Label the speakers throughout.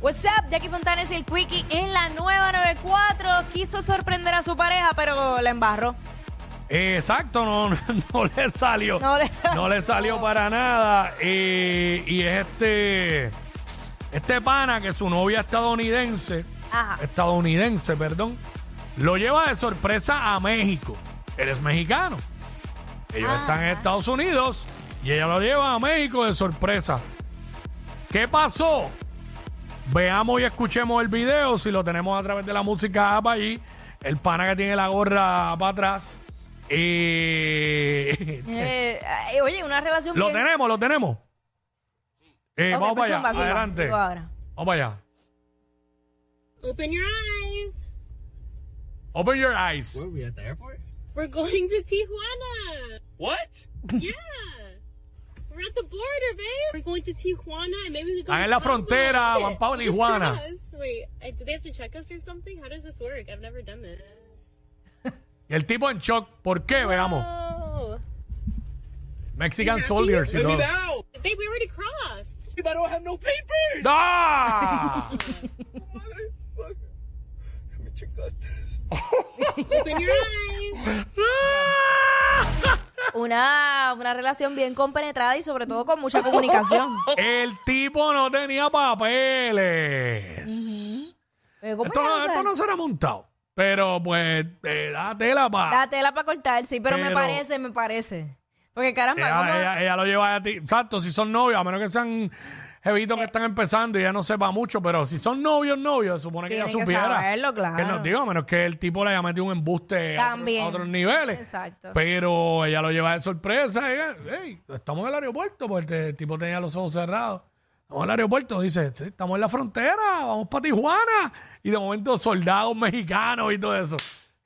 Speaker 1: What's up, Jackie Fontanes y el Quickie en la nueva 94. Quiso sorprender a su pareja, pero la embarró.
Speaker 2: Exacto, no, no, no le salió.
Speaker 1: No le salió.
Speaker 2: No le salió para nada. Eh, y es este, este pana que su novia estadounidense,
Speaker 1: Ajá.
Speaker 2: estadounidense, perdón, lo lleva de sorpresa a México. Él es mexicano. Ellos
Speaker 1: Ah,
Speaker 2: están en Estados Unidos y ella lo lleva a México de sorpresa. ¿Qué pasó? Veamos y escuchemos el video. Si lo tenemos a través de la música app allí, el pana que tiene la gorra para atrás. Eh,
Speaker 1: Eh, eh, oye, una relación
Speaker 2: lo
Speaker 1: bien-
Speaker 2: tenemos, lo tenemos. Eh,
Speaker 1: Ok,
Speaker 2: vamos
Speaker 1: pues
Speaker 2: para
Speaker 1: zumba,
Speaker 2: allá,
Speaker 1: zumba.
Speaker 2: adelante.
Speaker 1: Digo ahora.
Speaker 2: Vamos allá.
Speaker 3: Open your eyes.
Speaker 2: Open your eyes.
Speaker 4: Were we at the airport?
Speaker 3: We're going to Tijuana.
Speaker 4: What?
Speaker 3: Yeah. We're at the border, babe. We're going to Tijuana and maybe we go.
Speaker 2: Están
Speaker 3: to
Speaker 2: en la
Speaker 3: Pablo.
Speaker 2: frontera, van pa'
Speaker 3: Just
Speaker 2: Tijuana.
Speaker 3: cross. Wait, I- do they have to check us or something? How does this work? I've never done this.
Speaker 2: Y el tipo en shock. ¿Por qué? Veamos.
Speaker 3: Oh.
Speaker 2: Mexican soldiers y todo.
Speaker 4: out!
Speaker 3: Babe, we already crossed.
Speaker 4: I don't have no papers!
Speaker 2: ¡Ah!
Speaker 4: Motherfucker. Me chingaste.
Speaker 3: Open your eyes.
Speaker 1: Una, una relación bien compenetrada y sobre todo con mucha comunicación.
Speaker 2: El tipo no tenía papeles.
Speaker 1: Eh, ¿cómo
Speaker 2: Esto
Speaker 1: ya
Speaker 2: no,
Speaker 1: sabes?
Speaker 2: esto no será montado. Pero pues, eh, da tela para.
Speaker 1: Da tela para cortar, sí, pero, me
Speaker 2: Pero-
Speaker 1: parece, me parece. Porque caramba, ¿cómo-
Speaker 2: Ella, ella- ella lo lleva a ti. Exacto, si son novios, a menos que sean jevitos
Speaker 1: Eh.
Speaker 2: que están empezando y ya no sepa mucho, pero si son novios, novios, supone que ella
Speaker 1: Tienen que
Speaker 2: supiera.
Speaker 1: saberlo, claro.
Speaker 2: Que nos digo, a menos que el tipo le haya metido un embuste a, otro-
Speaker 1: También.
Speaker 2: a otros niveles.
Speaker 1: Exacto.
Speaker 2: Pero ella lo lleva de sorpresa. Ella, "Ey, estamos en el aeropuerto, porque el tipo tenía los ojos cerrados. Estamos en el aeropuerto, dice, "Sí, estamos en la frontera, vamos para Tijuana. Y de momento, soldados mexicanos y todo eso.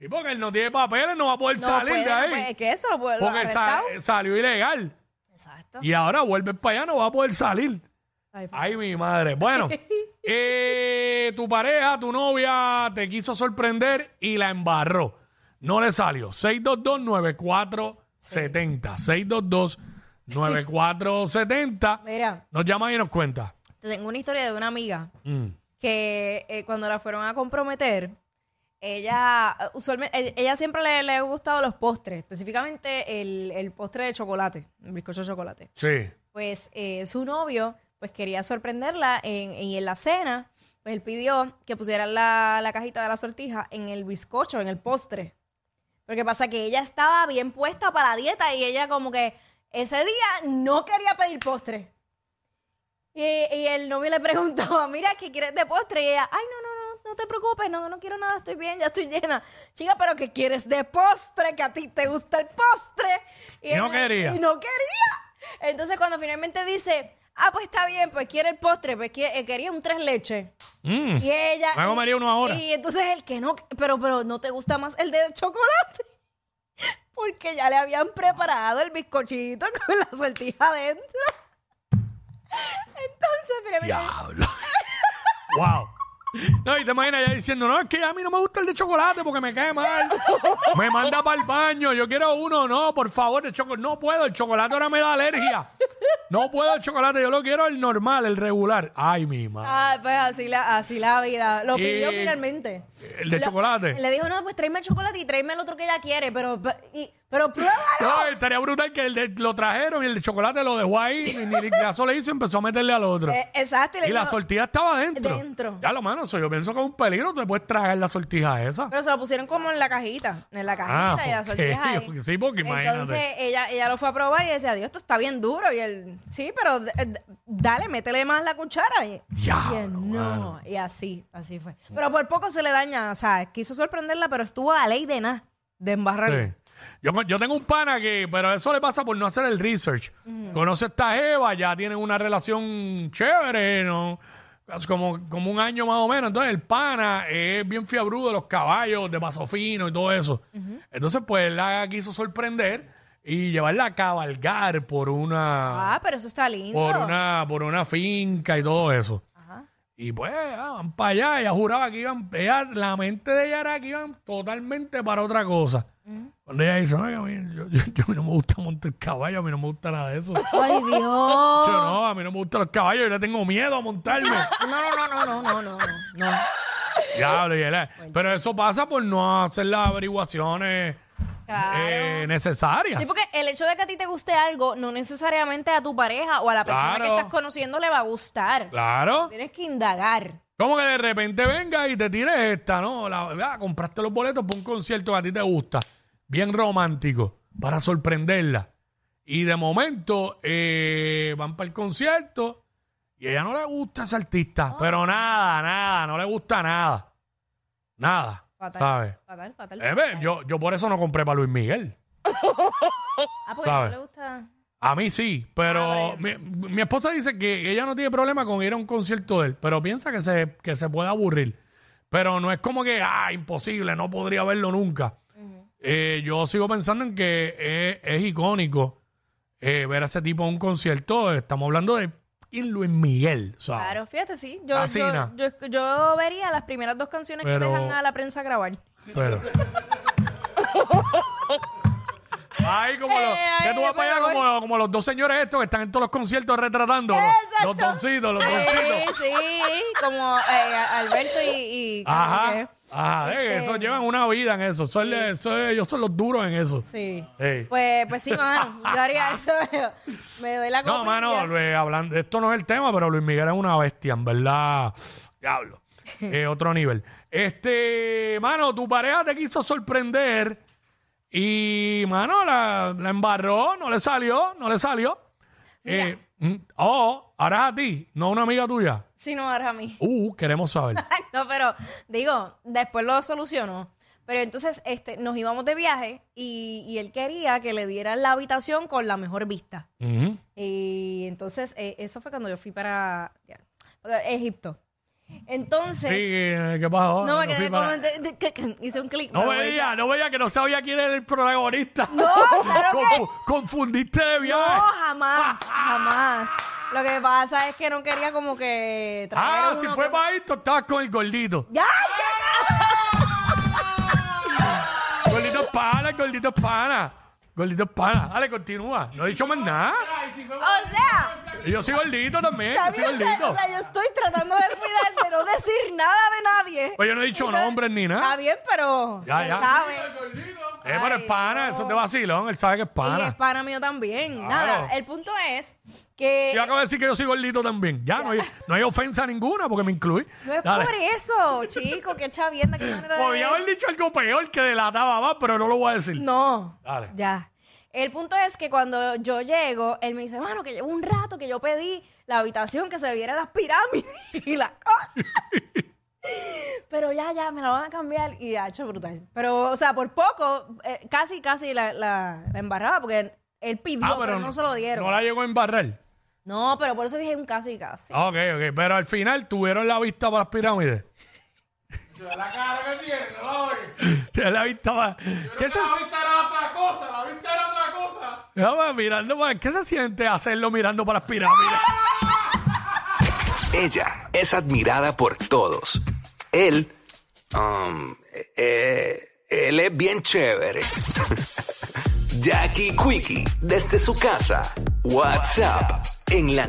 Speaker 2: Y porque él no tiene papeles, no va a poder
Speaker 1: no
Speaker 2: salir
Speaker 1: puede,
Speaker 2: de
Speaker 1: no
Speaker 2: ahí.
Speaker 1: puede, es que eso lo puede lo
Speaker 2: Porque sa-
Speaker 1: arrestado.
Speaker 2: salió ilegal.
Speaker 1: Exacto.
Speaker 2: Y ahora vuelve para allá, no va a poder salir.
Speaker 1: Ay,
Speaker 2: Ay, mi madre. Bueno, eh, tu pareja, tu novia, te quiso sorprender y la embarró. No le salió. 622-9470. 622-9470.
Speaker 1: Mira,
Speaker 2: Nos llama y nos cuenta.
Speaker 1: te tengo una historia de una amiga
Speaker 2: Mm.
Speaker 1: que eh, cuando la fueron a comprometer, ella eh, usualmente, eh, ella siempre le, le ha gustado los postres, específicamente el, el postre de chocolate, el bizcocho de chocolate.
Speaker 2: Sí.
Speaker 1: Pues eh, su novio, pues quería sorprenderla en, y en la cena, pues él pidió que pusieran la, la cajita de la sortija en el bizcocho, en el postre. Lo que pasa que ella estaba bien puesta para la dieta y ella como que ese día no quería pedir postre. Y, y el novio le preguntaba, mira, ¿qué quieres de postre? Y ella, ay, no, no, no, no te preocupes, no, no quiero nada, estoy bien, ya estoy llena. Chica, pero ¿qué quieres de postre? Que a ti te gusta el postre.
Speaker 2: Y no quería.
Speaker 1: Y no quería. Entonces cuando finalmente dice, ah, pues está bien, pues quiere el postre, pues quie- eh, quería un tres leches.
Speaker 2: Mm.
Speaker 1: Y ella...
Speaker 2: Me comería uno ahora.
Speaker 1: Y entonces el que no, pero, pero no te gusta más el de chocolate. Porque ya le habían preparado el bizcochito con la sortija adentro. Entonces, pero
Speaker 2: Diablo. wow. No, y te imaginas ella diciendo, no, es que a mí no me gusta el de chocolate porque me cae mal. Me manda para el baño, yo quiero uno, no, por favor, el chocolate. No puedo, el chocolate ahora me da alergia. No puedo el chocolate, yo lo quiero el normal, el regular. Ay, mi madre.
Speaker 1: Ah, pues así la, así la vida. Lo pidió
Speaker 2: Y-
Speaker 1: finalmente.
Speaker 2: ¿El de chocolate?
Speaker 1: Le dijo, no, pues tráeme el chocolate y tráeme el otro que ella quiere, pero, y- pero pruébalo.
Speaker 2: No, estaría brutal que el de- lo trajeron y el de chocolate lo dejó ahí, y ni el caso le hizo y empezó a meterle al otro.
Speaker 1: Eh, exacto. le
Speaker 2: y la
Speaker 1: dijo-
Speaker 2: sortija estaba dentro.
Speaker 1: Dentro.
Speaker 2: Ya lo mano, eso yo pienso que es un peligro, te puedes traer la sortija esa.
Speaker 1: Pero se lo pusieron como en la cajita, en la cajita y la
Speaker 2: Ah, ok,
Speaker 1: sortija ahí.
Speaker 2: sí, porque imagínate.
Speaker 1: Entonces ella, ella lo fue a probar y decía, Dios, esto está bien duro. Y él, sí, pero d- d- dale, métele más la cuchara. Y,
Speaker 2: Diablo,
Speaker 1: y él,
Speaker 2: mano.
Speaker 1: no. Y así, así fue. Pero por poco se le daña, o sea, quiso sorprenderla, pero estuvo a la ley de nada, de embarrarla.
Speaker 2: Sí. Yo, con- yo tengo un pana que, pero eso le pasa por no hacer el research. Conoce a esta Eva, ya tienen una relación chévere, ¿no? Es Como, como un año más o menos. Entonces, el pana es bien fiabrudo de los caballos, de paso fino y todo eso. Entonces, pues, él la quiso sorprender y llevarla a cabalgar por una,
Speaker 1: Ah, pero eso está lindo.
Speaker 2: por una, por una finca y todo eso.
Speaker 1: Ajá.
Speaker 2: Y pues, ah, van para allá. Ella juraba que iban, ella- la mente de ella era que iban totalmente para otra cosa.
Speaker 1: Mm.
Speaker 2: Cuando ella dice, "Ay, a mí, yo, yo- yo- a mí no me gusta montar caballo, a mí no me gusta nada de eso. Yo,
Speaker 1: Ay, Dios. No,
Speaker 2: no, a mí no me gustan los caballos, yo le tengo miedo a montarme.
Speaker 1: no, no, no, no, no, no, no. no.
Speaker 2: Diablo, y él, eh, Pero eso pasa por no hacer las averiguaciones
Speaker 1: Claro.
Speaker 2: eh, necesarias.
Speaker 1: Sí, porque el hecho de que a ti te guste algo, no necesariamente a tu pareja o a la persona
Speaker 2: Claro.
Speaker 1: que estás conociendo le va a gustar.
Speaker 2: Claro.
Speaker 1: Tienes que indagar.
Speaker 2: Como que de repente venga y te tires esta, ¿no? La, ah, compraste los boletos para un concierto que a ti te gusta, bien romántico, para sorprenderla. Y de momento eh, van para el concierto y a ella no le gusta ese artista, pero nada, nada, no le gusta nada. Nada,
Speaker 1: Fatal.
Speaker 2: ¿sabes?
Speaker 1: Fatal, fatal.
Speaker 2: Eh, ve, yo, yo por eso no compré para Luis Miguel.
Speaker 1: ah, porque
Speaker 2: ¿sabes?
Speaker 1: no le gusta.
Speaker 2: A mí sí, pero
Speaker 1: Ah,
Speaker 2: mi, mi esposa dice que ella no tiene problema con ir a un concierto de él, pero piensa que se, que se puede aburrir. Pero no es como que, ah, imposible, no podría verlo nunca. Eh, yo sigo pensando en que es, es icónico eh, ver a ese tipo en un concierto. Estamos hablando de Luis Miguel, ¿sabes?
Speaker 1: Claro, fíjate, sí. Yo,
Speaker 2: Así,
Speaker 1: yo,
Speaker 2: na.
Speaker 1: yo, yo vería las primeras dos canciones
Speaker 2: Pero-
Speaker 1: que dejan a la prensa grabar.
Speaker 2: Pero. Ay, como los.
Speaker 1: Eh, ay,
Speaker 2: que tú vas
Speaker 1: yo me
Speaker 2: para allá
Speaker 1: voy.
Speaker 2: como, como los dos señores estos que están en todos los conciertos retratando. los- Los
Speaker 1: Exacto.
Speaker 2: doncitos, los
Speaker 1: Sí,
Speaker 2: doncitos.
Speaker 1: sí, como eh, Alberto y... y
Speaker 2: Ajá.
Speaker 1: ¿cómo
Speaker 2: Ajá. eh,
Speaker 1: Este-
Speaker 2: eso llevan una vida en eso. Son, eso es- ellos son los duros en eso.
Speaker 1: que? Sí.
Speaker 2: Ey.
Speaker 1: Pues, pues sí, mano. Yo haría eso. Me doy la
Speaker 2: No, mano,
Speaker 1: oportunidad.
Speaker 2: Luis, hablando, esto no es el tema, pero Luis Miguel es una bestia, en verdad. Diablo. Eh, otro nivel. Este, mano, tu pareja te quiso sorprender y, mano, la, la embarró, no le salió, no le salió. Eh, mm, oh, ahora es a ti, no a una amiga tuya.
Speaker 1: Si no, ahora a mí.
Speaker 2: Uh, queremos saber.
Speaker 1: Ay, No, pero digo, después lo solucionó. Pero entonces este, nos íbamos de viaje y, y él quería que le dieran la habitación con la mejor vista.
Speaker 2: Ujú.
Speaker 1: Y entonces, eh, eso fue cuando yo fui para ya, para Egipto. Entonces,
Speaker 2: Sí, eh, ¿qué pasó?
Speaker 1: no me
Speaker 2: Yo fui
Speaker 1: quedé
Speaker 2: para-
Speaker 1: como. de- de- que- que- hice un clic.
Speaker 2: No
Speaker 1: pero lo hice.
Speaker 2: veía, no veía que no sabía quién era el protagonista.
Speaker 1: No, claro que-
Speaker 2: Confu- Confundiste Ah, de
Speaker 1: No,
Speaker 2: viaje.
Speaker 1: jamás, jamás. Lo que pasa es que no quería como que traer
Speaker 2: Ah,
Speaker 1: uno
Speaker 2: si fue
Speaker 1: que-
Speaker 2: para esto, estabas con el gordito.
Speaker 1: ¡Ya!
Speaker 2: Gordito es pana, el gordito es pana. Gordito es pana. Dale, continúa. No he dicho más nada.
Speaker 1: ya!
Speaker 2: Ah.
Speaker 1: O sea,
Speaker 2: Y Yo soy gordito también. Yo soy
Speaker 1: también, o sea,
Speaker 2: gordito.
Speaker 1: o sea, yo estoy tratando de cuidarse, no decir nada de nadie.
Speaker 2: Pues yo no he dicho
Speaker 1: Entonces,
Speaker 2: nombres ni
Speaker 1: Está
Speaker 2: nada.
Speaker 1: bien, pero
Speaker 2: Ya,
Speaker 1: se
Speaker 2: ya.
Speaker 1: sabe.
Speaker 2: Eh, pero es
Speaker 1: Ay,
Speaker 2: pana,
Speaker 1: no.
Speaker 2: eso te vacilón. Él sabe que es
Speaker 1: Y es
Speaker 2: pana.
Speaker 1: pana mío también.
Speaker 2: Claro.
Speaker 1: Nada, el punto es que
Speaker 2: Yo acabo de decir que yo soy gordito también. Ya, No, hay, no hay ofensa ninguna porque me incluí.
Speaker 1: no es
Speaker 2: Dale.
Speaker 1: por eso, chico, qué chavienda, qué manera de-
Speaker 2: Podía haber dicho algo peor que delataba más, pero no lo voy a decir.
Speaker 1: No.
Speaker 2: Dale.
Speaker 1: Ya. El punto es que cuando yo llego, él me dice, mano, que llevo un rato que yo pedí la habitación que se viera las pirámides y las cosas. Pero ya, ya, me la van a cambiar y ha hecho brutal. Pero, o sea, por poco, eh, casi, casi la, la, la embarraba porque él pidió, pero, no, se lo dieron.
Speaker 2: Ah, No
Speaker 1: No,
Speaker 2: la llegó a embarrar.
Speaker 1: pero por eso dije un casi, casi.
Speaker 2: Ok, ok. Pero al final tuvieron la vista para las pirámides.
Speaker 5: La cara que tiene, no la oye.
Speaker 2: Tuvieron la vista para. ¿Qué se-
Speaker 5: La vista era otra cosa, la vista era otra cosa.
Speaker 2: Déjame mirando para. ¿Qué se siente hacerlo mirando para las pirámides?
Speaker 6: Ella es admirada por todos. Él, um, eh, él es bien chévere. Jackie Quickie, desde su casa. WhatsApp, en la